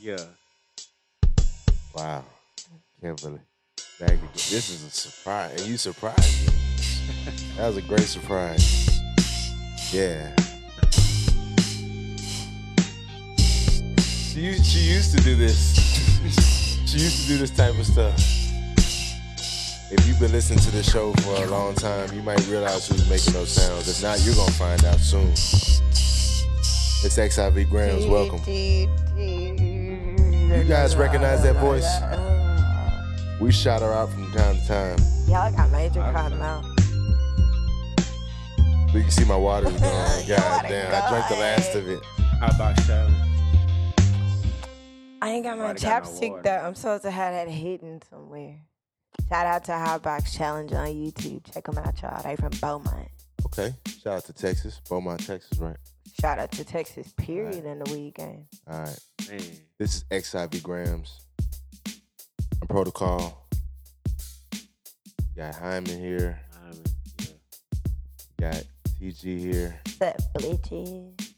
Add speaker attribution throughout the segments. Speaker 1: Yeah.
Speaker 2: Wow, can't believe that could get- this is a surprise, and you surprised me. That was a great surprise. Yeah. She u- she used to do this. she used to do this type of stuff. If you've been listening to this show for a long time, you might realize who's making those sounds. If not, you're gonna find out soon. It's XIV Grams. Welcome.
Speaker 3: You
Speaker 2: guys recognize that voice? We shout her out from time to time.
Speaker 3: Y'all got major cotton mouth.
Speaker 2: But you can see my water's gone.
Speaker 3: Your
Speaker 2: God
Speaker 3: water
Speaker 2: damn, I drank the
Speaker 3: gone.
Speaker 2: last of it.
Speaker 1: How about Shelly?
Speaker 3: I ain't got my
Speaker 1: Already got no
Speaker 3: chapstick
Speaker 1: water.
Speaker 3: though. I'm supposed to have that hidden somewhere. Shout out to Hotbox Challenge on YouTube. Check them out, y'all. They from Beaumont.
Speaker 2: Okay. Shout out to Texas. Beaumont, Texas, right?
Speaker 3: Shout out to Texas, period, in the weed game.
Speaker 2: All right.
Speaker 1: Man.
Speaker 2: This is XIV Grams. I'm Protocol. Got Hyman here.
Speaker 1: I'm,
Speaker 2: Got TG here.
Speaker 3: What's up, bitches?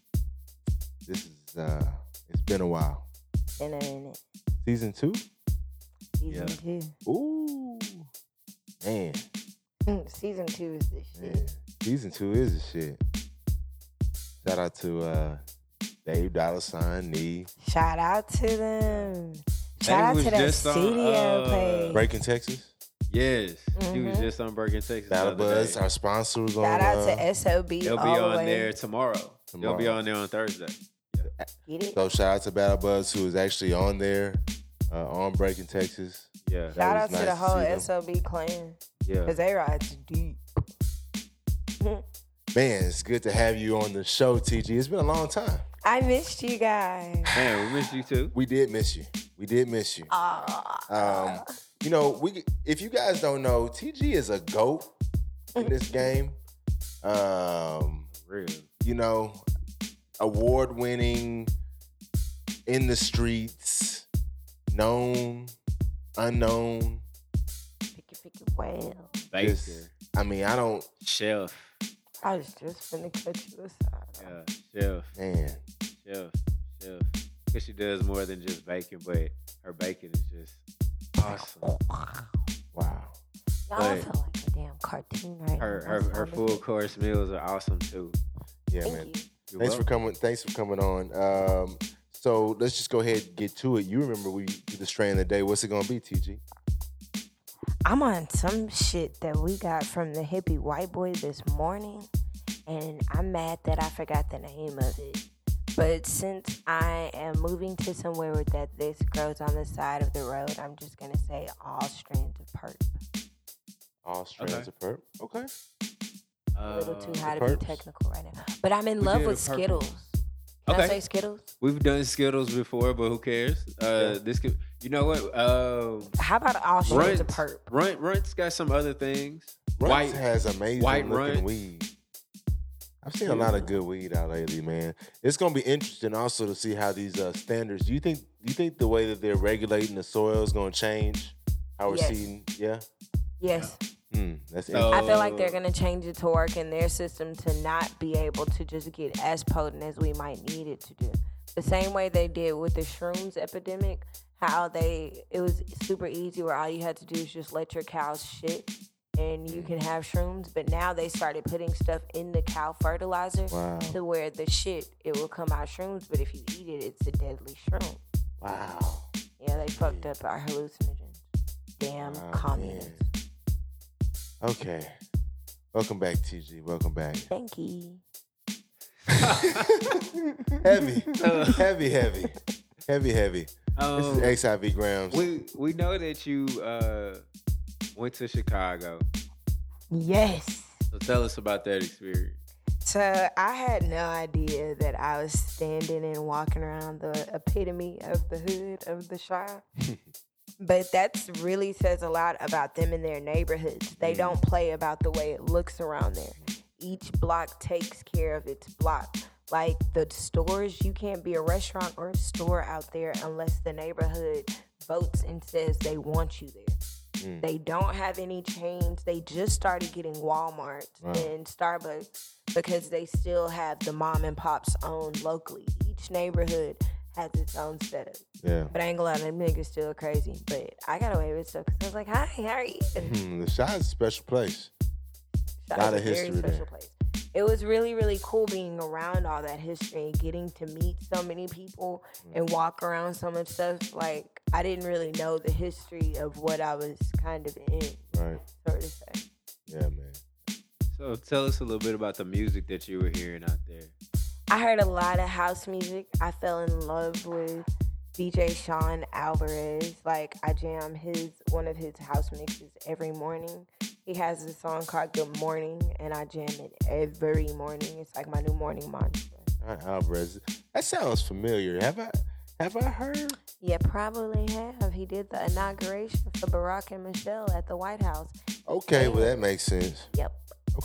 Speaker 2: This is uh it's been a while.
Speaker 3: Been in it.
Speaker 2: Season two?
Speaker 3: Season two.
Speaker 2: Ooh. Man,
Speaker 3: Mm, Season two is the shit.
Speaker 2: man. Season two is a shit. Shout out to uh Dave Dollar Sign, Nee,
Speaker 3: Shout out to them.
Speaker 1: They
Speaker 3: Shout out
Speaker 1: was
Speaker 3: to that
Speaker 1: just on,
Speaker 3: studio
Speaker 1: uh,
Speaker 3: page.
Speaker 2: Breaking Texas.
Speaker 1: Yes. She was
Speaker 3: Mhm.
Speaker 1: just on Bergen, Texas. the
Speaker 2: Battle
Speaker 1: other
Speaker 2: Buzz,
Speaker 1: day.
Speaker 2: our sponsor was on.
Speaker 3: Shout out
Speaker 2: uh,
Speaker 3: to SOB.
Speaker 1: They'll be
Speaker 3: all the
Speaker 1: on
Speaker 3: way.
Speaker 1: there tomorrow. They'll be
Speaker 2: Tomorrow.
Speaker 1: on there on Thursday.
Speaker 3: Get it?
Speaker 2: so shout out to Battle Buzz who is actually on there, uh, on Breaking Texas.
Speaker 1: Yeah.
Speaker 3: Shout
Speaker 2: that was
Speaker 3: out
Speaker 2: nice
Speaker 3: to the
Speaker 2: to see them.
Speaker 3: whole SOB clan.
Speaker 1: Yeah.
Speaker 3: Because they ride's deep.
Speaker 2: Man, it's good to have you on the show, TG. It's been a long time.
Speaker 3: I missed you guys.
Speaker 1: Man, we miss you too.
Speaker 2: We did miss you. We did miss you.
Speaker 3: Aw.
Speaker 2: Um, you know, we if you guys don't know, TG is a goat in this game. Um,
Speaker 1: For real.
Speaker 2: you know, award winning, in the streets, known, unknown.
Speaker 3: pick it, pick it well.
Speaker 1: Baker.
Speaker 2: Just- I mean, I don't
Speaker 1: Chef.
Speaker 3: I was just finna cut you aside.
Speaker 1: Yeah. Chef.
Speaker 2: man.
Speaker 1: Chef. Chef. Because she does more than just baking, but her baking is just awesome.
Speaker 2: Wow.
Speaker 3: Y'all I
Speaker 1: But-
Speaker 3: feel like a damn cartoon right
Speaker 1: Her
Speaker 3: now.
Speaker 1: her
Speaker 3: That's all
Speaker 1: her
Speaker 3: it is.
Speaker 1: full course meals are awesome too.
Speaker 2: Yeah,
Speaker 3: Thank
Speaker 2: man.
Speaker 3: you.
Speaker 1: You're
Speaker 2: Thanks for
Speaker 1: welcome.
Speaker 2: coming. Thanks for coming on. Um, so let's just go ahead and get to it. You remember we did the strain of the day. What's it gonna be, TG?
Speaker 3: I'm on some shit that we got from the hippie white boy this morning, and I'm mad that I forgot the name of it. But since I am moving to somewhere where that this grows on the side of the road, I'm just gonna say all strands of perp.
Speaker 2: All strains
Speaker 1: Okay.
Speaker 2: of perp. Okay.
Speaker 3: A little too
Speaker 1: Uh,
Speaker 3: high to
Speaker 2: the
Speaker 3: be
Speaker 2: perps?
Speaker 3: technical right now. But I'm in
Speaker 1: We
Speaker 3: love
Speaker 1: did
Speaker 3: with
Speaker 1: a purple.
Speaker 3: Skittles. Can I
Speaker 1: Okay.
Speaker 3: say Skittles?
Speaker 1: We've done Skittles before, but who cares? Uh,
Speaker 2: Yeah.
Speaker 1: This could, you know what? Uh,
Speaker 3: How about all strands
Speaker 1: Runt,
Speaker 3: of perp?
Speaker 1: Runt, Runt's got some other things.
Speaker 2: Runts
Speaker 1: White-
Speaker 2: has amazing
Speaker 1: white
Speaker 2: looking
Speaker 1: runts.
Speaker 2: weed. I've seen a lot of good weed out lately, man. It's gonna be interesting also to see how these uh, standards. Do you think? Do you think the way that they're regulating the soil is gonna change? How we're
Speaker 3: Yes.
Speaker 2: seeing? Yeah.
Speaker 3: Yes.
Speaker 2: Hmm. That's
Speaker 1: So-
Speaker 3: I feel like they're
Speaker 1: Oh.
Speaker 3: gonna change it to work in their system to not be able to just get as potent as we might need it to do. The same way they did with the shrooms epidemic, how they it was super easy where all you had to do is just let your cows shit and you can have shrooms. But now they started putting stuff in the cow fertilizer
Speaker 2: Wow.
Speaker 3: to where the shit it will come out shrooms, but if you eat it, it's a deadly shroom.
Speaker 2: Wow.
Speaker 3: Yeah, they fucked up our hallucinogens. Damn
Speaker 2: Wow,
Speaker 3: communists.
Speaker 2: man. Okay. Welcome back, TG. Welcome back.
Speaker 3: Thank you.
Speaker 2: heavy,
Speaker 1: Uh.
Speaker 2: heavy, heavy, heavy, heavy.
Speaker 1: Um,
Speaker 2: This is XIV grams.
Speaker 1: we we know that you uh, went to Chicago.
Speaker 3: Yes.
Speaker 1: So tell us about that experience.
Speaker 3: So I had no idea that I was standing and walking around the epitome of the hood of the shire. but that's really says a lot about them and their neighborhoods. They don't play about the way it looks around there. Each block takes care of its block. Like the stores, you can't be a restaurant or a store out there unless the neighborhood votes and says they want you there.
Speaker 2: Mm.
Speaker 3: They don't have any chains. They just started getting Walmart
Speaker 2: Wow.
Speaker 3: and Starbucks because they still have the mom and pops owned locally. Each neighborhood has its own setup.
Speaker 2: Yeah.
Speaker 3: But I ain't gonna lie, them niggas still crazy. But I got away with stuff because I was like, hi, how are you?
Speaker 2: Hmm, the shot is a special place.
Speaker 3: That
Speaker 2: Lot
Speaker 3: was
Speaker 2: of
Speaker 3: a very
Speaker 2: history there.
Speaker 3: special place. It was really, really cool being around all that history and getting to meet so many people
Speaker 2: Mm.
Speaker 3: and walk around so much stuff. Like I didn't really know the history of what I was kind of in,
Speaker 2: Right.
Speaker 3: sort of say.
Speaker 2: Yeah, man.
Speaker 1: So tell us a little bit about the music that you were hearing out there.
Speaker 3: I heard a lot of house music. I fell in love with DJ Sean Alvarez. Like I jam his one of his house mixes every morning. He has a song called Good Morning and I jam it every morning. It's like my new morning mantra.
Speaker 2: All right, Alvarez. That sounds familiar. Have I have I heard?
Speaker 3: Yeah, probably have. He did the inauguration for Barack and Michelle at the White House.
Speaker 2: Okay, well that makes sense.
Speaker 3: Yep.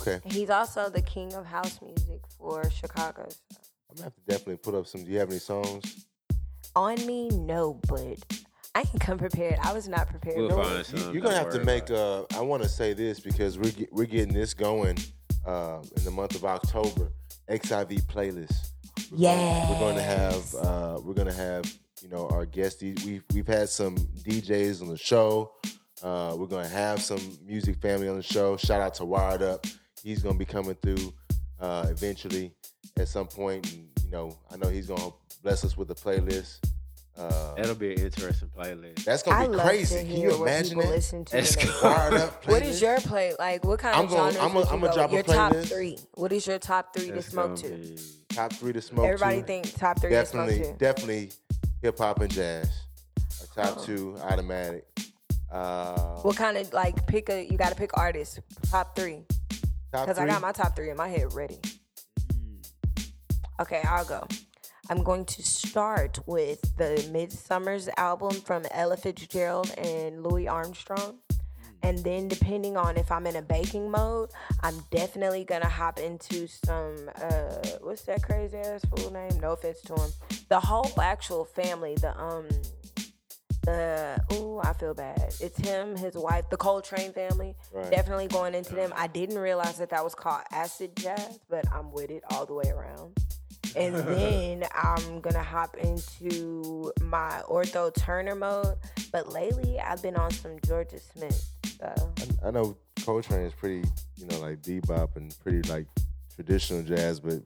Speaker 2: Okay.
Speaker 3: He's also the king of house music for Chicago. so.
Speaker 2: I'm gonna have to definitely put up some. Do you have any songs?
Speaker 3: On me, no, but I can come prepared. I was not prepared.
Speaker 1: We'll
Speaker 3: No,
Speaker 1: find
Speaker 2: You,
Speaker 1: some,
Speaker 2: are
Speaker 1: don't
Speaker 2: gonna have to
Speaker 1: worry
Speaker 2: make.
Speaker 1: about
Speaker 2: Uh, I want to say this because we're get, we're getting this going um, in the month of October. XIV playlist. We're gonna- we're going to have.
Speaker 3: Yes.
Speaker 2: Uh, we're gonna have. You know, our guests. We've we've had some DJs on the show. Uh, we're gonna have some music family on the show. Shout out to Wired Up. He's gonna be coming through uh, eventually at some point. And, you know, I know he's gonna bless us with a playlist. Uh,
Speaker 1: it. That'll be an interesting playlist.
Speaker 2: that's
Speaker 3: I
Speaker 2: gonna be
Speaker 3: love
Speaker 2: crazy.
Speaker 3: to
Speaker 2: Can
Speaker 3: hear
Speaker 2: you
Speaker 3: what
Speaker 2: imagine
Speaker 3: people
Speaker 2: that?
Speaker 3: listen to.
Speaker 1: That's
Speaker 3: when they
Speaker 1: cool.
Speaker 3: walk.
Speaker 2: Wired Up.
Speaker 3: What is
Speaker 2: playlist?
Speaker 3: your play like? What kind
Speaker 2: I'm
Speaker 3: of
Speaker 2: gonna-
Speaker 3: genres?
Speaker 2: I'm gonna-
Speaker 3: would you
Speaker 2: I'm gonna
Speaker 3: go
Speaker 2: drop a
Speaker 3: with? Your top
Speaker 2: playlist.
Speaker 3: three. What is your top three to
Speaker 1: That's
Speaker 3: smoke to?
Speaker 1: gonna be-
Speaker 2: top three to smoke?
Speaker 3: Everybody
Speaker 2: to.
Speaker 3: think top three
Speaker 2: definitely,
Speaker 3: to smoke to.
Speaker 2: definitely hip hop and jazz. Our
Speaker 3: Oh.
Speaker 2: top two automatic. Uh,
Speaker 3: What kind of like pick a? You got to pick artists. Top three.
Speaker 2: top
Speaker 3: Because I
Speaker 2: three?
Speaker 3: got my top three in my head ready. Okay, I'll go. I'm going to start with the Midsummer's album from Ella Fitzgerald and Louis Armstrong. And then, depending on if I'm in a baking mode, I'm definitely gonna hop into some uh, what's that crazy ass fool name? No offense to him. The whole actual family, the um, the ooh, I feel bad. It's him, his wife, the Coltrane family.
Speaker 2: Right.
Speaker 3: Definitely going into them. I didn't realize that that was called acid jazz, but I'm with it all the way around. And then I'm gonna hop into my ortho Turner mode. But lately, I've been on some Georgia Smith. So
Speaker 2: I, I know Coltrane is pretty, you know, like bebop and pretty like traditional jazz. But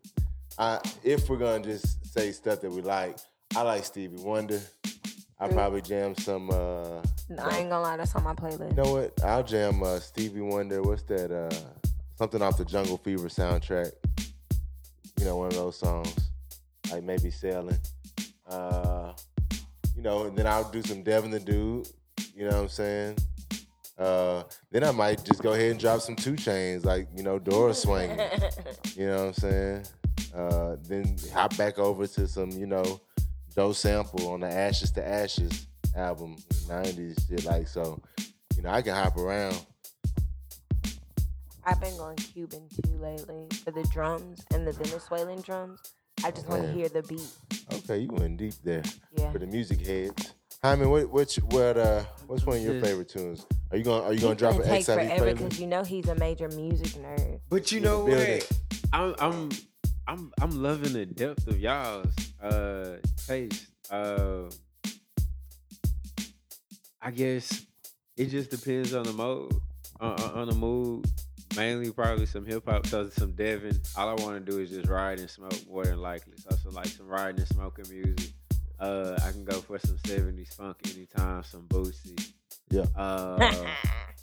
Speaker 2: I, if we're gonna just say stuff that we like, I like Stevie Wonder. I probably jam some. Uh,
Speaker 3: no, I ain't gonna lie, that's on my playlist.
Speaker 2: You know what? I'll jam uh, Stevie Wonder. What's that? Uh, something off the Jungle Fever soundtrack. You know, one of those songs, like maybe Sailing. Uh, you know, and then I'll do some Devin the Dude. You know what I'm saying? Uh, then I might just go ahead and drop some two chains, like you know, Dora swinging. you know what I'm saying? Uh, then hop back over to some, you know, Doe Sample on the Ashes to Ashes album, '90s shit. Like so, you know, I can hop around.
Speaker 3: I've been going Cuban too lately for the drums and the Venezuelan drums. I just want to
Speaker 2: Man.
Speaker 3: hear the beat.
Speaker 2: Okay, you went deep there
Speaker 3: Yeah.
Speaker 2: for the music heads. Hyman, what what you- what uh what's one of your
Speaker 1: This is-
Speaker 2: favorite tunes? Are you gonna are you
Speaker 3: He's
Speaker 2: gonna drop an
Speaker 3: gonna take
Speaker 2: XIV
Speaker 3: forever
Speaker 2: playlist?
Speaker 3: because you know he's a major music nerd.
Speaker 1: But you
Speaker 2: In the
Speaker 1: know
Speaker 2: building.
Speaker 1: what? I'm I'm I'm I'm loving the depth of y'all's uh taste. Uh, I guess it just depends on the mode, on, on- on the mood. Mainly, probably some hip hop, so some Devin. All I want to do is just ride and smoke more than likely. So, so like some riding and smoking music. Uh, I can go for some '70s funk anytime, some Boosie.
Speaker 2: Yeah.
Speaker 1: Uh,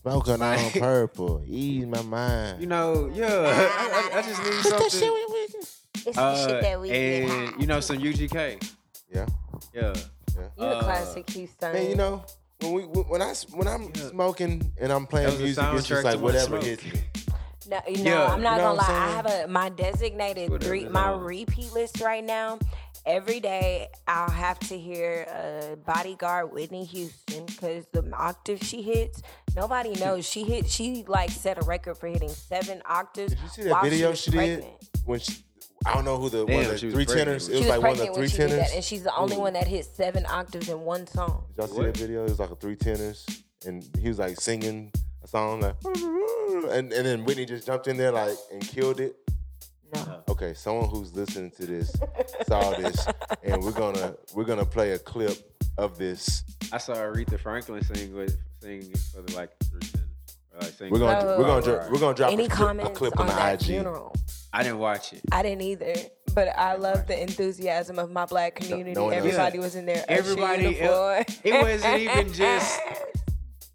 Speaker 2: Smoking on purple, ease my mind.
Speaker 1: you know, yeah. I, I, I just need something.
Speaker 3: It's the
Speaker 1: Uh,
Speaker 3: shit that we get high
Speaker 1: and you know some UGK.
Speaker 2: yeah.
Speaker 1: Yeah.
Speaker 3: You the
Speaker 1: uh,
Speaker 3: classic Houston.
Speaker 2: Man, you know when we when I when I'm
Speaker 1: Yeah.
Speaker 2: smoking and I'm playing
Speaker 1: That was the
Speaker 2: music, it's
Speaker 1: soundtrack
Speaker 2: just
Speaker 1: to
Speaker 2: like
Speaker 1: my
Speaker 2: whatever
Speaker 1: smoke.
Speaker 2: hits me.
Speaker 3: No, you know,
Speaker 1: Yeah,
Speaker 3: I'm not
Speaker 2: you know
Speaker 3: gonna
Speaker 2: what
Speaker 3: lie.
Speaker 2: I'm
Speaker 3: I have a my designated
Speaker 1: Whatever
Speaker 3: three,
Speaker 1: it
Speaker 3: my
Speaker 1: is.
Speaker 3: repeat list right now. Every day I'll have to hear uh, "Bodyguard" Whitney Houston because the octave she hits, nobody knows. She hit, she like set a record for hitting seven octaves.
Speaker 2: Did you see that
Speaker 3: while
Speaker 2: video
Speaker 3: was
Speaker 2: she, did
Speaker 3: pregnant.
Speaker 2: when she? I don't know who the
Speaker 1: Damn,
Speaker 2: one of
Speaker 1: she
Speaker 2: the
Speaker 1: was
Speaker 2: three
Speaker 1: pregnant.
Speaker 2: tenors. It
Speaker 1: She
Speaker 3: She
Speaker 2: was,
Speaker 3: was
Speaker 2: like one of the
Speaker 3: pregnant
Speaker 2: three
Speaker 3: when she did
Speaker 2: tenors.
Speaker 3: that, and she's the only
Speaker 2: Ooh.
Speaker 3: one that hit seven octaves in one song.
Speaker 2: Did y'all see
Speaker 1: What?
Speaker 2: that video? It was like a three tenors, and he was like singing a song like, and and then Whitney just jumped in there like and killed it.
Speaker 3: No,
Speaker 2: Okay, okay, someone who's listening to this saw this, and we're gonna we're gonna play a clip of this.
Speaker 1: I saw Aretha Franklin sing with sing for the like three minutes. Or, like sing.
Speaker 2: We're gonna
Speaker 3: So-
Speaker 2: we're gonna dr- we're gonna drop
Speaker 3: Oh. Any
Speaker 2: a, clip, a
Speaker 3: comments
Speaker 2: clip
Speaker 3: on
Speaker 2: on the
Speaker 3: that
Speaker 2: IG.
Speaker 3: funeral?
Speaker 1: I didn't watch it.
Speaker 3: I didn't either. But I love the enthusiasm of my black community.
Speaker 2: one else.
Speaker 3: Everybody was in there.
Speaker 1: Everybody
Speaker 3: Everybody.
Speaker 1: el- it wasn't even just-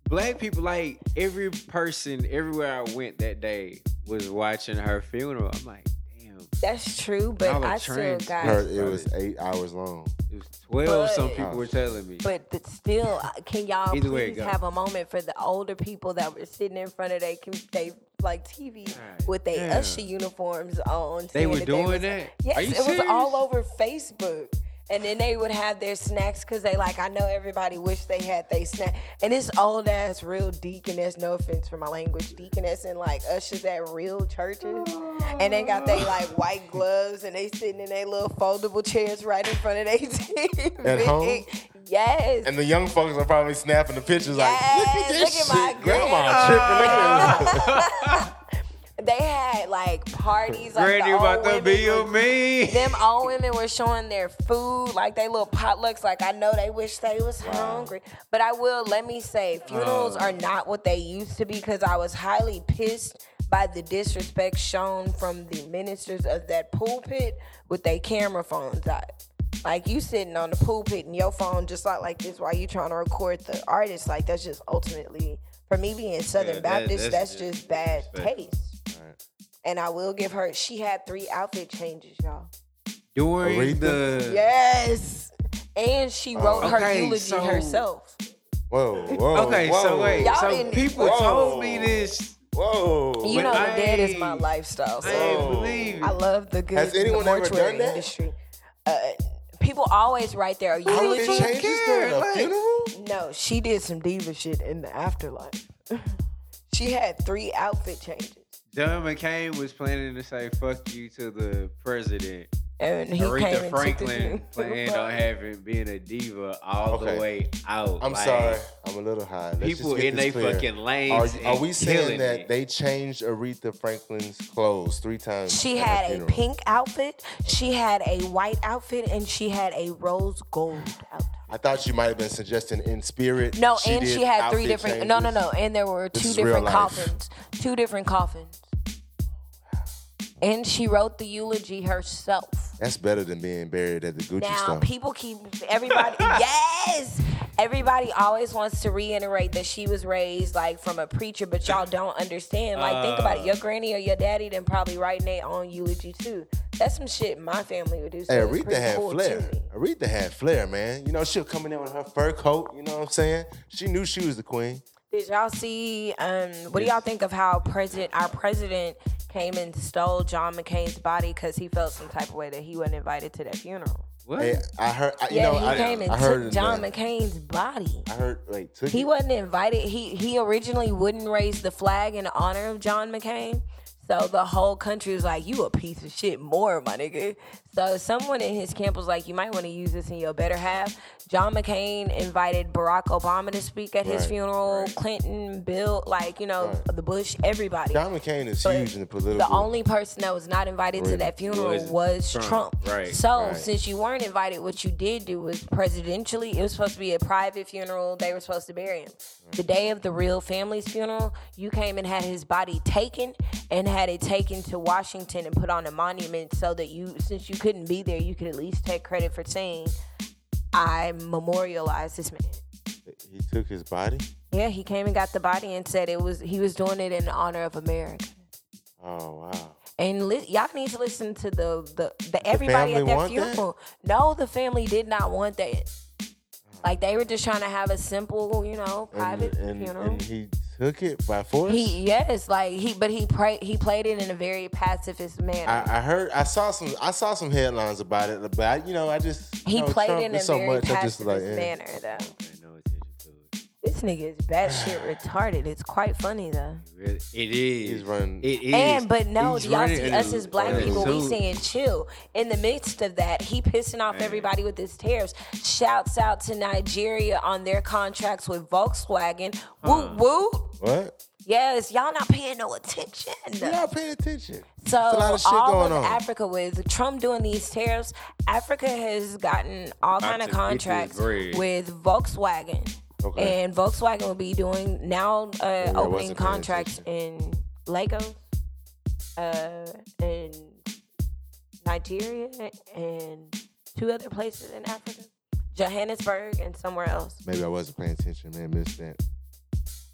Speaker 1: Black people, like every person, everywhere I went that day was watching her funeral. I'm like, damn,
Speaker 3: That's true, but
Speaker 1: Y'all are
Speaker 3: I still
Speaker 1: trans.
Speaker 3: got.
Speaker 2: Her, it was eight hours long.
Speaker 1: it was twelve. some
Speaker 3: But-
Speaker 1: people were telling me.
Speaker 3: But th- still, uh, can y'all
Speaker 1: Either way it
Speaker 3: please
Speaker 1: go.
Speaker 3: have a moment for the older people that were sitting in front of they, com- they like TV
Speaker 1: God
Speaker 3: with their
Speaker 1: damn.
Speaker 3: usher uniforms on?
Speaker 1: they
Speaker 3: saying
Speaker 1: were
Speaker 3: that
Speaker 1: doing
Speaker 3: was-
Speaker 1: that.
Speaker 3: Yes,
Speaker 1: Are you
Speaker 3: it was
Speaker 1: serious?
Speaker 3: all over Facebook. And then they would have their snacks because they like, I know everybody wish they had they snack. And this old ass real deaconess, no offense for my language, deaconess and like ushers at real churches. And they got they like white gloves and they sitting in their little foldable chairs right in front of their TV.
Speaker 2: At home?
Speaker 3: Yes.
Speaker 2: And the young folks are probably snapping the pictures like, look at
Speaker 3: Yes,
Speaker 2: this
Speaker 3: look at
Speaker 2: shit.
Speaker 3: my
Speaker 2: Grandma
Speaker 3: grandma."
Speaker 2: tripping. Look at this.
Speaker 3: they had like parties. Like the
Speaker 1: Granny
Speaker 3: old
Speaker 1: about to
Speaker 3: women
Speaker 1: be
Speaker 3: was-
Speaker 1: on me.
Speaker 3: them old women were showing their food, like they little potlucks. Like I know they wish they was hungry, but I will let me say funerals
Speaker 1: Uh.
Speaker 3: are not what they used to be because I was highly pissed by the disrespect shown from the ministers of that pulpit with their camera phones out. Like you sitting on the pulpit and your phone just like like this while you trying to record the artist. Like that's just ultimately for me being Southern
Speaker 1: Yeah, that-
Speaker 3: Baptist,
Speaker 1: that's
Speaker 3: that's,
Speaker 1: just
Speaker 3: just bad
Speaker 1: disrespectful.
Speaker 3: taste. And I will give her. She had three outfit changes, y'all.
Speaker 1: During
Speaker 2: Aretha?
Speaker 1: the
Speaker 3: Yes. And she wrote her
Speaker 1: Oh, Okay,
Speaker 3: eulogy
Speaker 1: so-
Speaker 3: herself.
Speaker 2: Whoa, whoa.
Speaker 1: Okay,
Speaker 2: whoa,
Speaker 1: so wait,
Speaker 3: Y'all
Speaker 1: so
Speaker 3: didn't-
Speaker 1: people
Speaker 2: Whoa.
Speaker 1: told me this.
Speaker 2: Whoa.
Speaker 3: You
Speaker 1: But
Speaker 3: know,
Speaker 1: I
Speaker 3: the dead is my
Speaker 1: ain't-
Speaker 3: lifestyle. So
Speaker 1: I ain't
Speaker 2: Whoa.
Speaker 1: believe it.
Speaker 3: I love the good
Speaker 2: Has anyone
Speaker 3: the
Speaker 2: ever
Speaker 3: mortuary
Speaker 2: done that?
Speaker 3: industry. Uh, people always write their
Speaker 2: Outfit
Speaker 3: eulogy.
Speaker 2: changes during a
Speaker 1: Like-
Speaker 2: funeral?
Speaker 3: No, she did some diva shit in the afterlife. she had three outfit changes.
Speaker 1: John McCain was planning to say "fuck you" to the president.
Speaker 3: And he came
Speaker 1: Aretha
Speaker 3: and
Speaker 1: Franklin
Speaker 3: took the
Speaker 1: planned on having being a diva all
Speaker 2: Okay.
Speaker 1: the way out.
Speaker 2: I'm
Speaker 1: Like,
Speaker 2: sorry. I'm a little high. Let's just
Speaker 1: people
Speaker 2: get
Speaker 1: in
Speaker 2: this
Speaker 1: they
Speaker 2: clear.
Speaker 1: fucking
Speaker 2: Are,
Speaker 1: lanes.
Speaker 2: are
Speaker 1: and
Speaker 2: we
Speaker 1: killing
Speaker 2: saying that
Speaker 1: it.
Speaker 2: they changed Aretha Franklin's clothes three times?
Speaker 3: She
Speaker 2: at her
Speaker 3: had a
Speaker 2: funeral?
Speaker 3: pink outfit, she had a white outfit, and she had a rose gold outfit.
Speaker 2: I thought you might have been suggesting in spirit.
Speaker 3: No, and
Speaker 2: did
Speaker 3: she had three
Speaker 2: outfit
Speaker 3: different. No, no,
Speaker 2: changes.
Speaker 3: no, and there were
Speaker 2: This
Speaker 3: two
Speaker 2: is real
Speaker 3: different
Speaker 2: life.
Speaker 3: coffins. Two different coffins. And she wrote the eulogy herself.
Speaker 2: That's better than being buried at the Gucci
Speaker 3: Now
Speaker 2: store.
Speaker 3: people keep everybody. yes, everybody always wants to reiterate that she was raised like from a preacher, but y'all don't understand. Like think about it.
Speaker 2: Uh.
Speaker 3: Your granny or your daddy then probably writing their own eulogy too. That's some shit my family would do. So
Speaker 2: Hey,
Speaker 3: it's
Speaker 2: Aretha
Speaker 3: pretty
Speaker 2: had
Speaker 3: cool to
Speaker 2: flair.
Speaker 3: me.
Speaker 2: Aretha had flair, man. You know, she'll come in there with her fur coat. You know what I'm saying? She knew she was the queen.
Speaker 3: Did y'all see? Um, what do y'all think of how president our president came and stole John McCain's body because he felt some type of way that he wasn't invited to that funeral?
Speaker 1: what?
Speaker 2: Hey, I heard. I, you
Speaker 3: yeah,
Speaker 2: know,
Speaker 3: he
Speaker 2: I,
Speaker 3: came and
Speaker 2: I heard
Speaker 3: took John
Speaker 2: the-
Speaker 3: McCain's body.
Speaker 2: I heard. Wait, took
Speaker 3: He
Speaker 2: it?
Speaker 3: wasn't invited. He he originally wouldn't raise the flag in honor of John McCain. So the whole country was like, "You a piece of shit, more my nigga." So someone in his camp was like, "You might want to use this in your better half." John McCain invited Barack Obama to speak at his
Speaker 2: Right,
Speaker 3: funeral. Clinton, Bill, like you know,
Speaker 2: Right.
Speaker 3: the Bush, everybody.
Speaker 2: John McCain is
Speaker 3: But
Speaker 2: huge in the political.
Speaker 3: The only person that was not invited to
Speaker 2: Right.
Speaker 3: that funeral
Speaker 1: Was
Speaker 3: was,
Speaker 1: Trump.
Speaker 3: Trump.
Speaker 1: Right,
Speaker 3: So
Speaker 2: right.
Speaker 3: since you weren't invited, what you did do was presidentially. It was supposed to be a private funeral. They were supposed to bury him. The day of the real family's funeral, you came and had his body taken and had it taken to Washington and put on a monument so that you, since you couldn't be there, you could at least take credit for saying, "I memorialized this man."
Speaker 2: he took his body.
Speaker 3: Yeah, he came and got the body and said it was he was doing it in honor of America.
Speaker 2: Oh wow.
Speaker 3: And li- y'all need to listen to the the, the everybody
Speaker 2: family
Speaker 3: at that
Speaker 2: want that?
Speaker 3: funeral. No, the family did not want that. Like they were just trying to have a simple, you know,
Speaker 2: And,
Speaker 3: private
Speaker 2: and,
Speaker 3: funeral.
Speaker 2: and he took it by force.
Speaker 3: he yes, like he, but he pray, he played it in a very pacifist manner.
Speaker 2: I, I heard. I saw some. I saw some headlines about it. But I, you know, I just you
Speaker 3: he
Speaker 2: know,
Speaker 3: played
Speaker 2: Trump
Speaker 3: it in a
Speaker 2: is so
Speaker 3: very
Speaker 2: much, I just
Speaker 3: pacifist
Speaker 2: like, eh.
Speaker 3: manner, though.
Speaker 1: Pay no attention to it.
Speaker 3: This nigga is batshit retarded. It's quite funny though.
Speaker 1: Really- It is.
Speaker 2: He's running-
Speaker 1: It is.
Speaker 3: And but no,
Speaker 1: He's
Speaker 3: do y'all
Speaker 1: running
Speaker 3: see
Speaker 1: in
Speaker 3: us
Speaker 1: a-
Speaker 3: as black
Speaker 1: in a
Speaker 3: people, we
Speaker 1: suit.
Speaker 3: saying chill. In the midst of that, he pissing off
Speaker 1: Man.
Speaker 3: everybody with his tariffs. Shouts out to Nigeria on their contracts with Volkswagen. Woo woo.
Speaker 2: What?
Speaker 3: Yes, y'all not paying no attention.
Speaker 2: You're not paying attention.
Speaker 3: So
Speaker 2: It's a lot of shit
Speaker 3: all
Speaker 2: going
Speaker 3: of
Speaker 2: on.
Speaker 3: Africa with Trump doing these tariffs, Africa has gotten all kind
Speaker 1: to
Speaker 3: of
Speaker 1: get this
Speaker 3: contracts
Speaker 1: bread.
Speaker 3: with Volkswagen,
Speaker 2: Okay.
Speaker 3: and Volkswagen will be doing now uh,
Speaker 2: wasn't
Speaker 3: opening
Speaker 2: paying
Speaker 3: contracts in Lagos, uh, in Nigeria, and two other places in Africa, Johannesburg, and somewhere else.
Speaker 2: Maybe I wasn't paying attention, man. Missed that.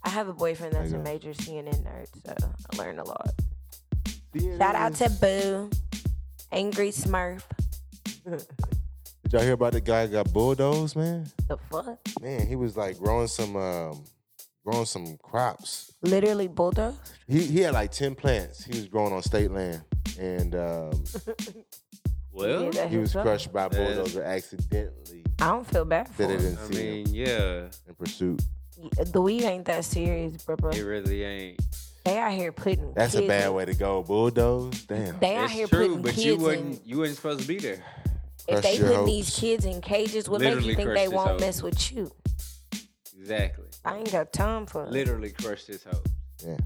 Speaker 3: I have a boyfriend that's a
Speaker 2: Okay.
Speaker 3: major CNN nerd, so I learn a lot. Shout out to Boo, Angry Smurf.
Speaker 2: Did y'all hear about the guy who got bulldozed, man?
Speaker 3: The fuck?
Speaker 2: Man, he was like growing some um growing some crops.
Speaker 3: Literally bulldog.
Speaker 2: He he had like ten plants. He was growing on state land. And um,
Speaker 1: Well,
Speaker 3: Yeah,
Speaker 2: he was
Speaker 3: himself.
Speaker 2: crushed by a
Speaker 1: That's-
Speaker 2: bulldozer accidentally
Speaker 3: I don't feel bad for
Speaker 2: that
Speaker 3: him.
Speaker 2: it didn't
Speaker 1: I
Speaker 2: see him
Speaker 1: mean, yeah,
Speaker 2: in pursuit.
Speaker 3: The weed ain't that serious, bro. bro.
Speaker 1: it really ain't.
Speaker 3: They out here putting.
Speaker 2: That's a
Speaker 3: kids
Speaker 2: bad
Speaker 3: in-
Speaker 2: way to go, bulldoze. Damn.
Speaker 3: They out here
Speaker 1: It's true,
Speaker 3: putting
Speaker 1: but
Speaker 3: kids
Speaker 1: you
Speaker 3: in.
Speaker 1: wouldn't. You wasn't supposed to be there.
Speaker 3: If
Speaker 2: Crush
Speaker 3: they
Speaker 2: your
Speaker 3: put these
Speaker 2: hopes.
Speaker 3: kids in cages, what make
Speaker 1: Literally
Speaker 3: you think
Speaker 1: crush
Speaker 3: they
Speaker 1: his
Speaker 3: won't
Speaker 1: hopes.
Speaker 3: mess with you?
Speaker 1: Exactly.
Speaker 3: I ain't got time for it.
Speaker 1: Literally crushed his hope.
Speaker 2: Yeah.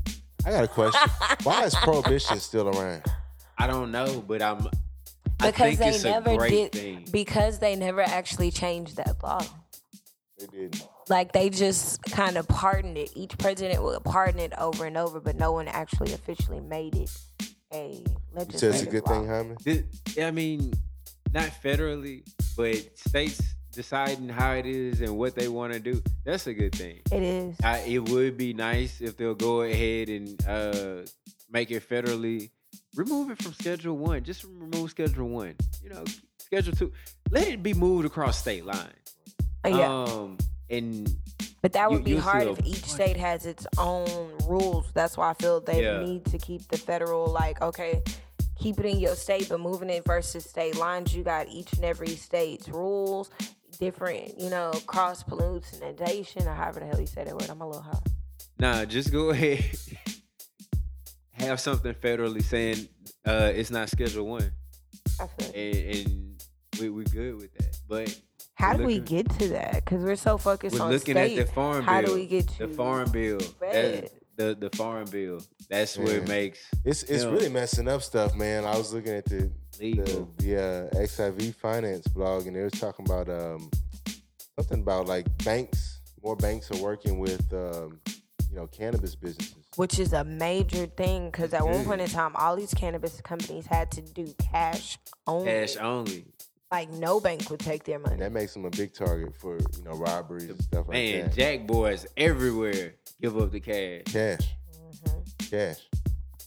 Speaker 2: I got a question. Why is prohibition still around?
Speaker 1: I don't know, but I'm. I
Speaker 3: because
Speaker 1: think
Speaker 3: they
Speaker 1: it's
Speaker 3: never
Speaker 1: a
Speaker 3: did.
Speaker 1: great thing.
Speaker 3: Because they never actually changed that law.
Speaker 2: They didn't.
Speaker 3: Like they just kind of pardoned it. Each president would pardon it over and over, but no one actually officially made it a legislative
Speaker 2: You said it's a good
Speaker 3: law.
Speaker 2: thing, Hyman?
Speaker 1: Th- I mean, not federally, but states deciding how it is and what they want to do. That's a good thing.
Speaker 3: It is.
Speaker 1: I, it would be nice if they'll go ahead and uh, make it federally. Remove it from Schedule One. Just remove Schedule One. You know, Schedule Two. Let it be moved across state lines.
Speaker 3: Oh, Uh, yeah.
Speaker 1: Um, and
Speaker 3: But that
Speaker 1: You-
Speaker 3: would be
Speaker 1: you'll see
Speaker 3: hard
Speaker 1: a
Speaker 3: if each
Speaker 1: bunch.
Speaker 3: state has its own rules. That's why I feel they
Speaker 1: Yeah.
Speaker 3: need to keep the federal, like, okay, keep it in your state, but moving it versus state lines, you got each and every state's rules, different, you know, cross pollution, or however the hell you say that word. I'm a little high.
Speaker 1: Nah, just go ahead. Have something federally saying uh, it's not Schedule One,
Speaker 3: I feel.
Speaker 1: and, and we we good with that. But
Speaker 3: How
Speaker 1: we're
Speaker 3: do we
Speaker 1: looking-
Speaker 3: get to that? Because we're so focused
Speaker 1: we're
Speaker 3: on
Speaker 1: looking
Speaker 3: state.
Speaker 1: at the farm
Speaker 3: How
Speaker 1: bill.
Speaker 3: do we get to
Speaker 1: the farm bill? That,
Speaker 3: red?
Speaker 1: the the farm bill. That's where
Speaker 2: Yeah.
Speaker 1: it makes
Speaker 2: It's it's
Speaker 1: Yeah.
Speaker 2: really messing up stuff, man. I was looking at the the,
Speaker 1: legal.
Speaker 2: the uh, XIV Finance blog, and they was talking about um, something about like banks. More banks are working with um, you know cannabis businesses.
Speaker 3: which is a major thing because at one point in time, all these cannabis companies had to do cash only.
Speaker 1: Cash only.
Speaker 3: Like no bank would take their
Speaker 2: And
Speaker 3: money.
Speaker 2: that makes them a big target for you know robberies and stuff like
Speaker 1: Man,
Speaker 2: that.
Speaker 1: Jack boys everywhere give up the cash.
Speaker 2: cash,
Speaker 3: Mhm.
Speaker 2: cash.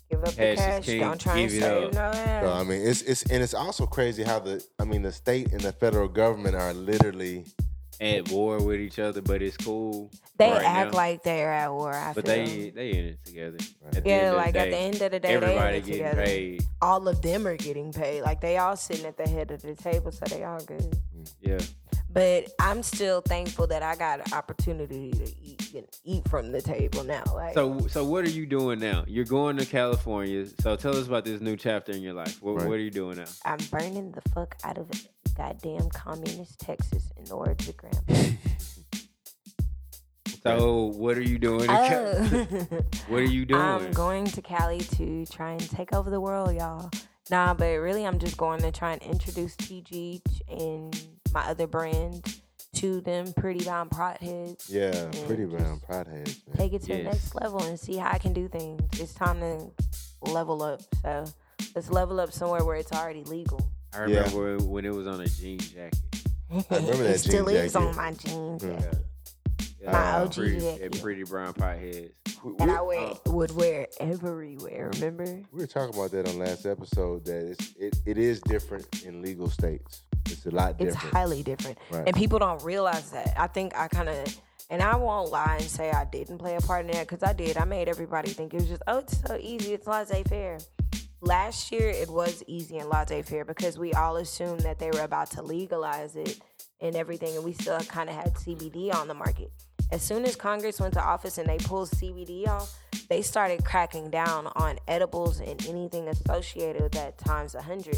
Speaker 3: Give up
Speaker 1: Cash
Speaker 3: the
Speaker 1: is
Speaker 3: cash.
Speaker 1: king.
Speaker 3: Don't try and
Speaker 1: Give it
Speaker 3: save
Speaker 1: up.
Speaker 3: no
Speaker 2: So, I
Speaker 3: ass.
Speaker 2: mean, it's it's and it's also crazy how the I mean the state and the federal government are literally
Speaker 1: At war with each other, but it's cool.
Speaker 3: They
Speaker 1: right
Speaker 3: act
Speaker 1: now.
Speaker 3: like they're at war. I
Speaker 1: But
Speaker 3: feel.
Speaker 1: they they in it together. At the end
Speaker 3: yeah,
Speaker 1: of the
Speaker 3: like at the
Speaker 1: day,
Speaker 3: end of the day,
Speaker 1: everybody
Speaker 3: they
Speaker 1: getting
Speaker 3: in it together.
Speaker 1: paid.
Speaker 3: All of them are getting paid. Like they all sitting at the head of the table, so they all good.
Speaker 1: Yeah.
Speaker 3: But I'm still thankful that I got an opportunity to eat, and eat from the table now. Like
Speaker 1: So, so what are you doing now? You're going to California. So, tell us about this new chapter in your life. What,
Speaker 2: Right.
Speaker 1: what are you doing now?
Speaker 3: I'm burning the fuck out of goddamn communist Texas in order to grab.
Speaker 1: So, what are you doing? in Cal-
Speaker 3: Oh.
Speaker 1: what are you doing?
Speaker 3: I'm going to Cali to try and take over the world, y'all. Nah, but really, I'm just going to try and introduce TG and my other brand to them pretty brown prod heads.
Speaker 2: yeah pretty
Speaker 3: just-
Speaker 2: brown pride heads, man.
Speaker 3: Take it to the
Speaker 1: Yes.
Speaker 3: next level and see how I can do things. It's time to level up. So let's level up somewhere where it's already legal.
Speaker 1: I remember when it was on a jean jacket.
Speaker 2: remember that
Speaker 3: it still
Speaker 2: jean
Speaker 3: is on
Speaker 2: jacket. Mm.
Speaker 3: my jeans
Speaker 2: Yeah.
Speaker 1: Yeah.
Speaker 3: My
Speaker 1: Uh,
Speaker 3: OG
Speaker 1: pretty,
Speaker 3: jacket.
Speaker 1: that pretty brown pot heads.
Speaker 2: We-
Speaker 3: that
Speaker 2: we-
Speaker 3: I wear would wear everywhere. Remember?
Speaker 2: We were talking about that on last episode that it's, it, it is different in legal states. It's a lot
Speaker 3: It's
Speaker 2: different.
Speaker 3: highly different.
Speaker 2: Right.
Speaker 3: And people don't realize that. I think I kind of, and I won't lie and say I didn't play a part in that because I did. I made everybody think it was just, oh, it's so easy. It's laissez faire. Last year, it was easy and laissez faire because we all assumed that they were about to legalize it and everything. And we still kind of had CBD on the market. As soon as Congress went to office and they pulled CBD off, they started cracking down on edibles and anything associated with that times 100.
Speaker 2: Right.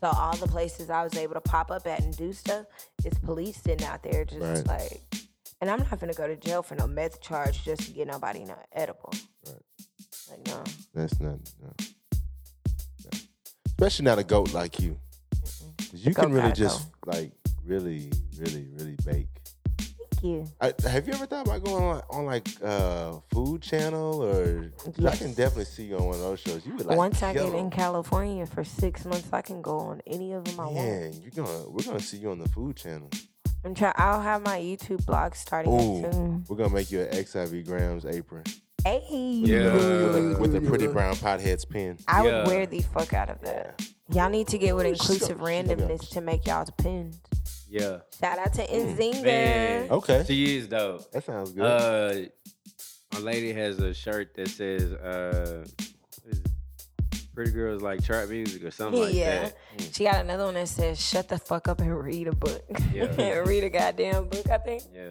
Speaker 3: So all the places I was able to pop up at and do stuff is police sitting out there just
Speaker 2: Right.
Speaker 3: like, and I'm not gonna go to jail for no meth charge just to get nobody no edible.
Speaker 2: Right.
Speaker 3: No.
Speaker 2: That's not. No. No. Especially not a goat like you. 'Cause You
Speaker 3: Goat
Speaker 2: can really
Speaker 3: gotta
Speaker 2: just like really, really, really bake.
Speaker 3: Thank you.
Speaker 2: I, have you ever thought about going on, on like uh food channel or 'cause I
Speaker 3: Yes.
Speaker 2: can definitely see you on one of those shows. You would like
Speaker 3: Once I
Speaker 2: kill
Speaker 3: get in
Speaker 2: 'em.
Speaker 3: California for six months, I can go on any of them I want.
Speaker 2: Man, you're gonna we're gonna see you on the food channel.
Speaker 3: I'm try- I'll have my YouTube blog starting
Speaker 2: Ooh.
Speaker 3: up soon.
Speaker 2: We're gonna make you an XIV Grams apron
Speaker 3: Hey.
Speaker 1: Yeah.
Speaker 2: with a pretty brown pothead's pin.
Speaker 3: I would
Speaker 1: Yeah.
Speaker 3: wear the fuck out of that. Y'all need to get with inclusive randomness to make y'all's pins.
Speaker 1: Yeah.
Speaker 3: Shout out to
Speaker 1: Mm. Man.
Speaker 3: Nzinga.
Speaker 2: Okay.
Speaker 1: She is dope.
Speaker 2: That sounds good.
Speaker 1: Uh, my lady has a shirt that says, uh, what is it? Pretty girls like trap music or something like
Speaker 3: Yeah.
Speaker 1: that. Mm.
Speaker 3: She got another one that says, shut the fuck up and read a book.
Speaker 1: Yeah.
Speaker 3: read a goddamn book, I think.
Speaker 1: Yeah.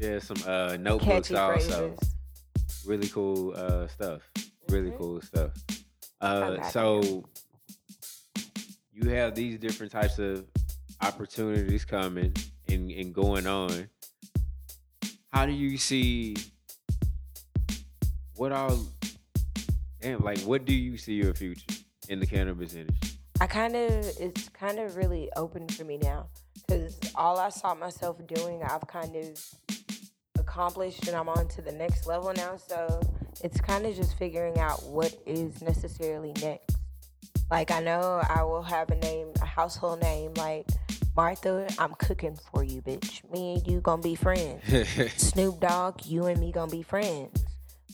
Speaker 1: Yeah, some uh, notebooks
Speaker 3: Catchy
Speaker 1: also.
Speaker 3: phrases.
Speaker 1: Really cool uh, stuff. Really
Speaker 3: Mhm.
Speaker 1: cool stuff.
Speaker 3: I
Speaker 1: Uh,
Speaker 3: got
Speaker 1: so you have these different types of opportunities coming and, and going on. How do you see what all damn like what do you see your future in the cannabis industry?
Speaker 3: I kind of it's kind of really open for me now because all I saw myself doing I've kind of accomplished and I'm on to the next level now. So it's kind of just figuring out what is necessarily next. Like I know I will have a name, a household name like Martha. I'm cooking for you, bitch. Me and you gonna be friends. Snoop Dogg, you and me gonna be friends.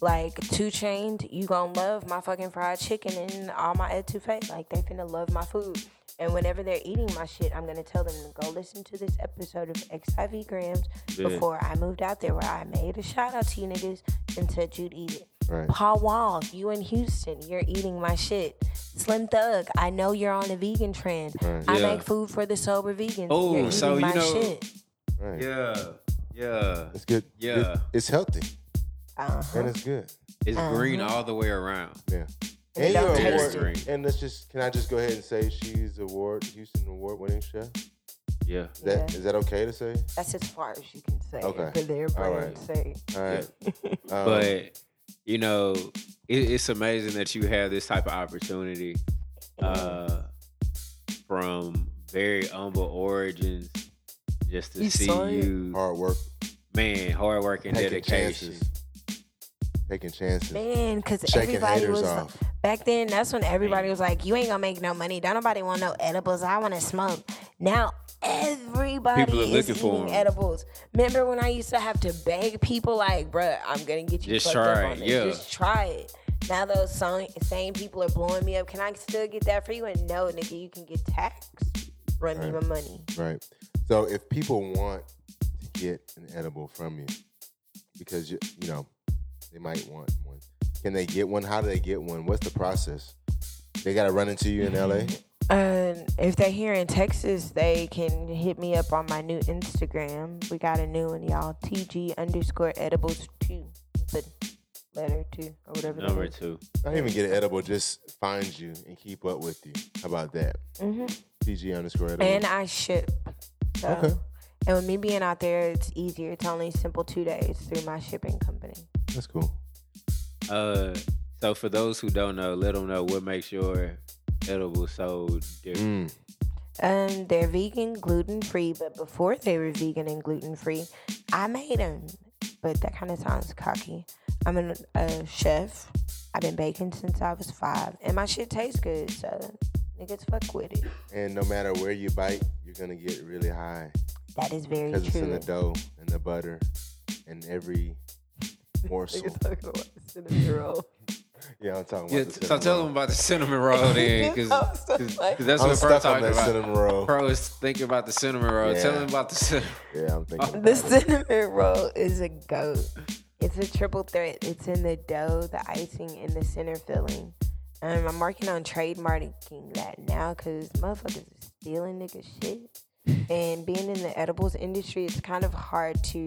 Speaker 3: Like Two Chained, you gonna love my fucking fried chicken and all my etouffee. Like they finna love my food. And whenever they're eating my shit, I'm gonna tell them to go listen to this episode of XIV Grams
Speaker 1: Yeah.
Speaker 3: before I moved out there, where I made a shout out to you niggas and said you'd eat it.
Speaker 2: right.
Speaker 3: Paul Wall, you in Houston, you're eating my shit. Slim Thug, I know you're on a vegan trend.
Speaker 2: Right.
Speaker 3: I
Speaker 1: Yeah.
Speaker 3: make food for the sober vegans.
Speaker 1: Oh,
Speaker 3: you're eating
Speaker 1: so you
Speaker 3: my
Speaker 1: know-
Speaker 3: shit.
Speaker 2: Right.
Speaker 1: yeah. Yeah.
Speaker 2: It's good.
Speaker 1: Yeah.
Speaker 2: Good- It's healthy
Speaker 3: Uh-huh.
Speaker 2: and it's good.
Speaker 1: It's green
Speaker 3: Uh-huh.
Speaker 1: all the way around.
Speaker 2: Yeah.
Speaker 3: And it
Speaker 2: you're
Speaker 3: don't
Speaker 2: an
Speaker 1: taste
Speaker 2: award-
Speaker 1: good.
Speaker 2: And let's just can I just go ahead and say she's award Houston award winning chef?
Speaker 1: Yeah.
Speaker 2: Is that is
Speaker 3: Yeah.
Speaker 2: that okay to say?
Speaker 3: That's as far as you can say
Speaker 2: Okay.
Speaker 3: for their
Speaker 2: All
Speaker 3: brand's sake.
Speaker 2: All right. Um,
Speaker 1: but you know it, it's amazing that you have this type of opportunity uh from very humble origins just to
Speaker 3: You
Speaker 1: see
Speaker 3: saw it.
Speaker 1: you
Speaker 2: hard work,
Speaker 1: man hard work and
Speaker 2: taking
Speaker 1: dedication
Speaker 2: chances, taking chances,
Speaker 3: Man, because
Speaker 2: shaking
Speaker 3: everybody
Speaker 2: haters
Speaker 3: was
Speaker 2: off.
Speaker 3: back then. That's when everybody was like, "You ain't gonna make no money. Don't nobody want no edibles. I want to smoke." Now everybody
Speaker 1: People are
Speaker 3: is
Speaker 1: looking
Speaker 3: eating
Speaker 1: for 'em.
Speaker 3: edibles. Remember when I used to have to beg people like, "Bruh, I'm gonna get you
Speaker 1: Just
Speaker 3: fucked
Speaker 1: try
Speaker 3: up on
Speaker 1: it,
Speaker 3: this.
Speaker 1: yeah.
Speaker 3: Just try it." Now those same, same people are blowing me up. Can I still get that for you? And no, nigga, you can get taxed. Run me
Speaker 2: Right.
Speaker 3: my money.
Speaker 2: Right. So if people want to get an edible from you, because you you know they might want one, can they get one? How do they get one? What's the process? They got to run into you in L.A.
Speaker 1: Mm-hmm.
Speaker 3: Um, if they're here in Texas, they can hit me up on my new Instagram. We got a new one, y'all. TG underscore edibles two, the letter two or whatever.
Speaker 1: number two
Speaker 2: Not even get an edible, just find you and keep up with you. How about that?
Speaker 3: Mm-hmm.
Speaker 2: PG underscore edible.
Speaker 3: And I ship. So.
Speaker 2: Okay.
Speaker 3: And with me being out there, it's easier. It's only simple two days through my shipping company.
Speaker 2: That's cool.
Speaker 1: uh so for those who don't know let them know what makes your edible so different
Speaker 2: Mm.
Speaker 3: Um, they're vegan, gluten free, but before they were vegan and gluten free, I made them. But that kind of sounds cocky. I'm an, a chef. I've been baking since I was five, and my shit tastes good, so niggas fuck with it.
Speaker 2: And no matter where you bite, you're gonna get really high
Speaker 3: That is very
Speaker 2: because it's in
Speaker 3: true.
Speaker 2: the dough and the butter and every morsel.
Speaker 3: talking about cinnamon roll.
Speaker 2: yeah, I'm talking about.
Speaker 1: yeah,
Speaker 2: the
Speaker 1: so
Speaker 2: cinnamon
Speaker 1: tell
Speaker 2: roll.
Speaker 1: them about the cinnamon roll then because
Speaker 3: I was just like-
Speaker 1: that's
Speaker 2: I'm
Speaker 1: what bro
Speaker 2: stuck on
Speaker 1: talking
Speaker 2: that
Speaker 1: about
Speaker 2: cinnamon roll.
Speaker 1: bro is thinking about the cinnamon roll tell
Speaker 2: Yeah.
Speaker 1: them about the cinnamon
Speaker 2: Yeah, I'm thinking.
Speaker 3: The cinnamon roll is a goat. It's a triple threat. It's in the dough, the icing, and the center filling. Um, I'm working on trademarking that now because motherfuckers are stealing nigga shit. And being in the edibles industry, it's kind of hard to,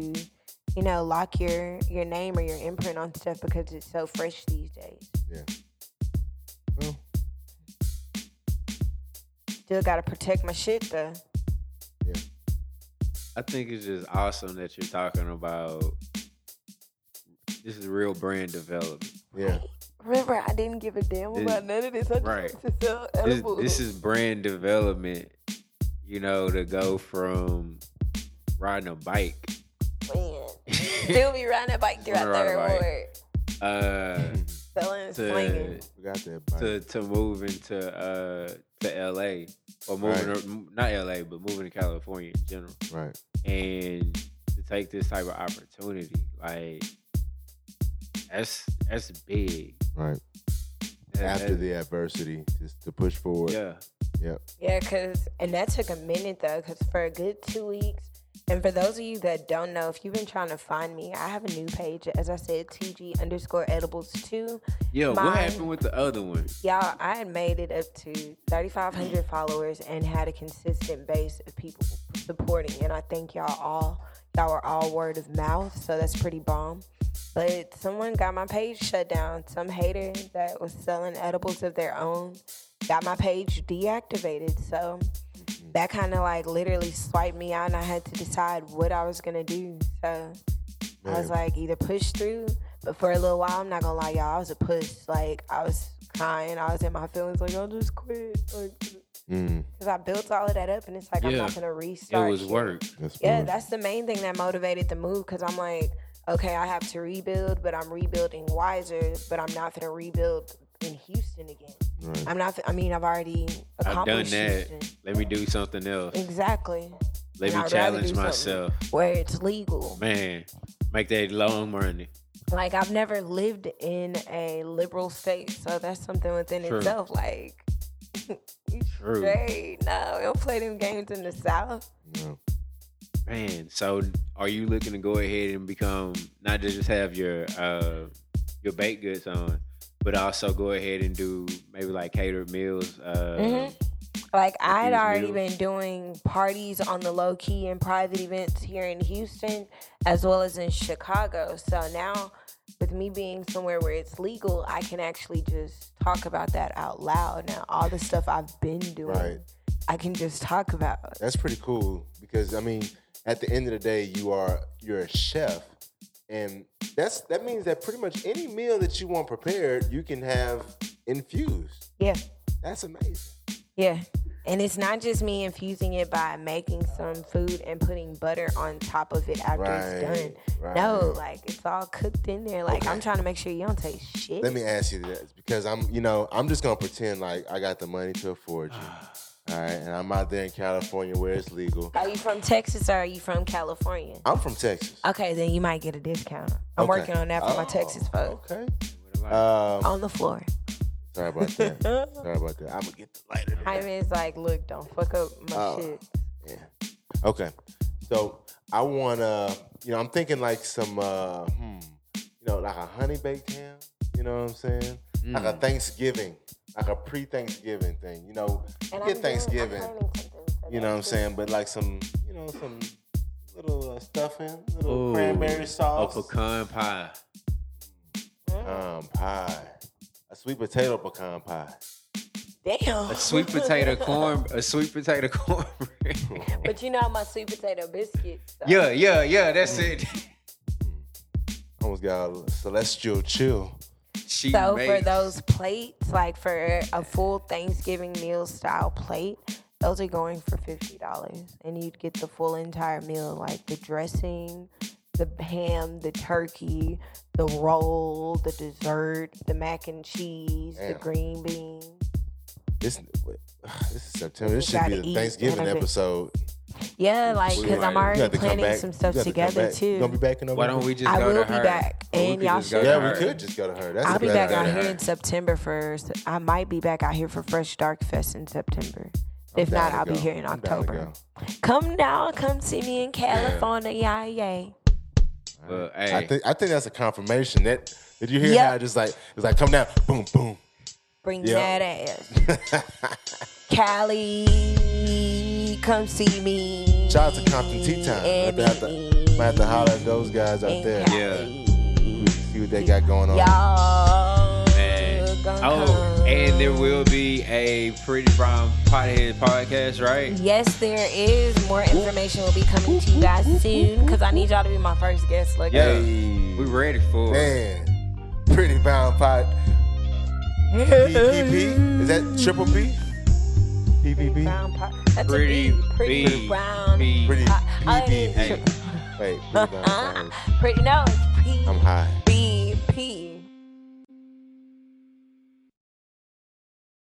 Speaker 3: you know, lock your your name or your imprint on stuff because it's so fresh these days.
Speaker 2: Well,
Speaker 3: Still gotta protect my shit though.
Speaker 1: I think it's just awesome that you're talking about this is real brand development.
Speaker 2: yeah,
Speaker 3: Remember, I didn't give a damn
Speaker 1: This-
Speaker 3: about none of this. I just
Speaker 1: right.
Speaker 3: wanted to sell
Speaker 1: This,
Speaker 3: edibles.
Speaker 1: this is brand development. You know, to go from riding a bike
Speaker 3: Man. Still be riding a bike
Speaker 1: Wanna
Speaker 3: throughout
Speaker 1: ride
Speaker 3: the
Speaker 1: a bike.
Speaker 3: reward.
Speaker 1: uh,
Speaker 3: Selling and
Speaker 1: to
Speaker 3: slinging.
Speaker 2: Forgot that bike.
Speaker 1: to to move into uh to LA or moving
Speaker 2: Right.
Speaker 1: to- m not LA but moving to California in general
Speaker 2: right.
Speaker 1: and to take this type of opportunity like that's that's big
Speaker 2: Right.
Speaker 1: That-
Speaker 2: After
Speaker 1: that-
Speaker 2: the adversity, just to push forward.
Speaker 1: yeah
Speaker 3: Yeah, cause and that took a minute though, cause for a good two weeks. And for those of you that don't know, if you've been trying to find me, I have a new page. As I said, TG underscore edibles two.
Speaker 1: yeah what
Speaker 3: Mine-
Speaker 1: happened with the other one
Speaker 3: Y'all, I had made it up to 3,500 followers and had a consistent base of people supporting. And I think y'all all, y'all were all word of mouth, so that's pretty bomb. But someone got my page shut down. Some hater that was selling edibles of their own got my page deactivated. So that kind of like literally swiped me out, and I had to decide what I was gonna do. So I was
Speaker 2: Man.
Speaker 3: like, either push through, but for a little while, I'm not gonna lie, y'all, I was a push. Like, I was crying, I was in my feelings, like, I'll just quit. Like,
Speaker 2: Mm,
Speaker 3: because I built all of that up, and it's like, I'm
Speaker 1: Yeah.
Speaker 3: not gonna
Speaker 1: it
Speaker 3: restart.
Speaker 1: was Mm.
Speaker 3: shit.
Speaker 1: work
Speaker 2: that's
Speaker 3: Yeah,
Speaker 2: good.
Speaker 3: that's the main thing that motivated the move, because I'm like, okay, I have to rebuild, but I'm rebuilding wiser, but I'm not gonna rebuild in Houston again.
Speaker 2: right.
Speaker 3: I'm not, I mean, I've already
Speaker 1: I've done
Speaker 3: accomplished
Speaker 1: that
Speaker 3: Houston.
Speaker 1: let me do something else
Speaker 3: Exactly. and
Speaker 1: let me
Speaker 3: I'd rather do
Speaker 1: challenge
Speaker 3: something.
Speaker 1: myself
Speaker 3: Where it's legal.
Speaker 1: man make that long money
Speaker 3: like I've never lived in a liberal state, so that's something within
Speaker 1: True.
Speaker 3: itself. Like, you
Speaker 1: True.
Speaker 3: straight? No, we don't play them games in the South.
Speaker 2: No.
Speaker 1: Man, so are you looking to go ahead and become not to just have your uh your baked goods on, but also go ahead and do maybe like catered meals? Uh,
Speaker 3: Mhm. Like I had
Speaker 1: these
Speaker 3: already
Speaker 1: meals.
Speaker 3: been doing parties on the low key and private events here in Houston, as well as in Chicago. So now, with me being somewhere where it's legal, I can actually just talk about that out loud. Now, all the stuff I've been doing,
Speaker 2: Right.
Speaker 3: I can just talk about.
Speaker 2: That's pretty cool because I mean, at the end of the day, you are you're a chef, and that's that means that pretty much any meal that you want prepared, you can have infused.
Speaker 3: Yeah.
Speaker 2: That's amazing.
Speaker 3: Yeah. And it's not just me infusing it by making some food and putting butter on top of it after it's done.
Speaker 2: Right.
Speaker 3: No, like it's all cooked in there. Like I'm
Speaker 2: Okay.
Speaker 3: trying to make sure you don't taste shit.
Speaker 2: Let me ask you this because I'm, you know, I'm just gonna pretend like I got the money to afford you. All right, and I'm out there in California where it's legal.
Speaker 3: Are you from Texas or are you from California?
Speaker 2: I'm from Texas.
Speaker 3: Okay, then you might get a discount. I'm
Speaker 2: Okay.
Speaker 3: working on that for my
Speaker 2: Oh,
Speaker 3: Texas folks.
Speaker 2: Okay.
Speaker 1: Uh,
Speaker 2: Um,
Speaker 3: On the floor.
Speaker 2: sorry about that. Sorry about that. I'm gonna get the lighter. today.
Speaker 3: Jaime's like, look, don't fuck up my
Speaker 2: Oh.
Speaker 3: shit.
Speaker 2: Yeah. Okay. So I wanna, you know, I'm thinking like some, uh, hmm, you know, like a honey baked ham. You know what I'm saying? Like a Thanksgiving, like a pre-Thanksgiving thing. You know, you
Speaker 3: And
Speaker 2: get
Speaker 3: I'm doing- I'm
Speaker 2: Thanksgiving.
Speaker 3: planning something for
Speaker 2: You
Speaker 3: that
Speaker 2: know what I'm
Speaker 3: too.
Speaker 2: saying? But like some, you know, some little uh, stuffing, little
Speaker 1: Ooh,
Speaker 2: cranberry
Speaker 1: a
Speaker 2: sauce,
Speaker 1: pecan pie.
Speaker 2: pecan pie, a sweet potato pecan pie.
Speaker 3: Damn.
Speaker 1: A sweet potato corn, a sweet potato cornbread.
Speaker 3: but you know my sweet potato biscuits. so-
Speaker 1: yeah, yeah, yeah. That's it.
Speaker 2: Almost got a celestial chill.
Speaker 1: She
Speaker 3: So for
Speaker 1: makes-
Speaker 3: those plates, like for a full Thanksgiving meal style plate, those are going for fifty dollars, and you'd get the full entire meal, like the dressing, the ham, the turkey, the roll, the dessert, the mac and cheese, the
Speaker 2: Damn.
Speaker 3: green beans.
Speaker 2: This, this is September.
Speaker 3: We
Speaker 2: This should be
Speaker 3: gotta
Speaker 2: the
Speaker 3: eat
Speaker 2: Thanksgiving
Speaker 3: and a bit.
Speaker 2: episode.
Speaker 3: Yeah, like
Speaker 1: we
Speaker 3: because I'm
Speaker 1: might- we
Speaker 2: You
Speaker 3: already
Speaker 2: got to come
Speaker 3: planning
Speaker 2: back.
Speaker 3: some stuff
Speaker 2: You got to come
Speaker 3: together
Speaker 2: back. You gonna be
Speaker 3: too.
Speaker 2: back in
Speaker 1: why
Speaker 2: November?
Speaker 1: don't we just
Speaker 3: I
Speaker 1: go
Speaker 3: will
Speaker 1: to
Speaker 3: be
Speaker 1: her?
Speaker 3: back,
Speaker 1: Or we
Speaker 3: and
Speaker 1: could
Speaker 3: y'all
Speaker 1: just go
Speaker 3: should-
Speaker 1: to
Speaker 2: Yeah,
Speaker 1: her.
Speaker 2: we could just go to her. That's
Speaker 3: I'll
Speaker 2: a
Speaker 3: be
Speaker 2: better
Speaker 3: back out
Speaker 2: idea.
Speaker 3: here in September for. I might be back out here for Fresh Dark Fest in September.
Speaker 2: I'm
Speaker 3: If not,
Speaker 2: down to
Speaker 3: I'll be
Speaker 2: go.
Speaker 3: here in
Speaker 2: I'm down to
Speaker 3: October.
Speaker 2: go.
Speaker 3: Come down, come see me in California, yeah, yeah.
Speaker 1: But,
Speaker 2: I
Speaker 1: hey,
Speaker 2: think I think that's a confirmation. That did you hear
Speaker 3: Yep.
Speaker 2: how I just like it's like come down, boom, boom.
Speaker 3: Bring
Speaker 2: Yeah.
Speaker 3: that ass. Cali, come see me.
Speaker 2: Shout out to Compton Tea Time. Might have to, might have to holler at those guys out there. See what they got going on.
Speaker 3: Y'all.
Speaker 1: man.
Speaker 3: gonna
Speaker 1: Oh,
Speaker 3: come.
Speaker 1: and there will be a pretty brown pothead podcast,
Speaker 2: Mm-hmm.
Speaker 1: right?
Speaker 3: Yes, there is. More information will be coming to you guys soon because I need y'all to be my first guest. Look,
Speaker 1: Yeah.
Speaker 2: Hey,
Speaker 1: We ready for it.
Speaker 2: man, pretty bound pot PPP? Is that triple P?
Speaker 3: Pretty
Speaker 2: PPP?
Speaker 3: brown pot. That's
Speaker 1: Pretty
Speaker 3: a bee. Pretty
Speaker 1: bee.
Speaker 3: brown
Speaker 1: Bee.
Speaker 2: Pretty
Speaker 3: pot. I
Speaker 2: PPP.
Speaker 1: Hey,
Speaker 2: Wait, Uh-huh. pretty
Speaker 3: pretty
Speaker 2: brown.
Speaker 3: no, it's pea.
Speaker 2: I'm high.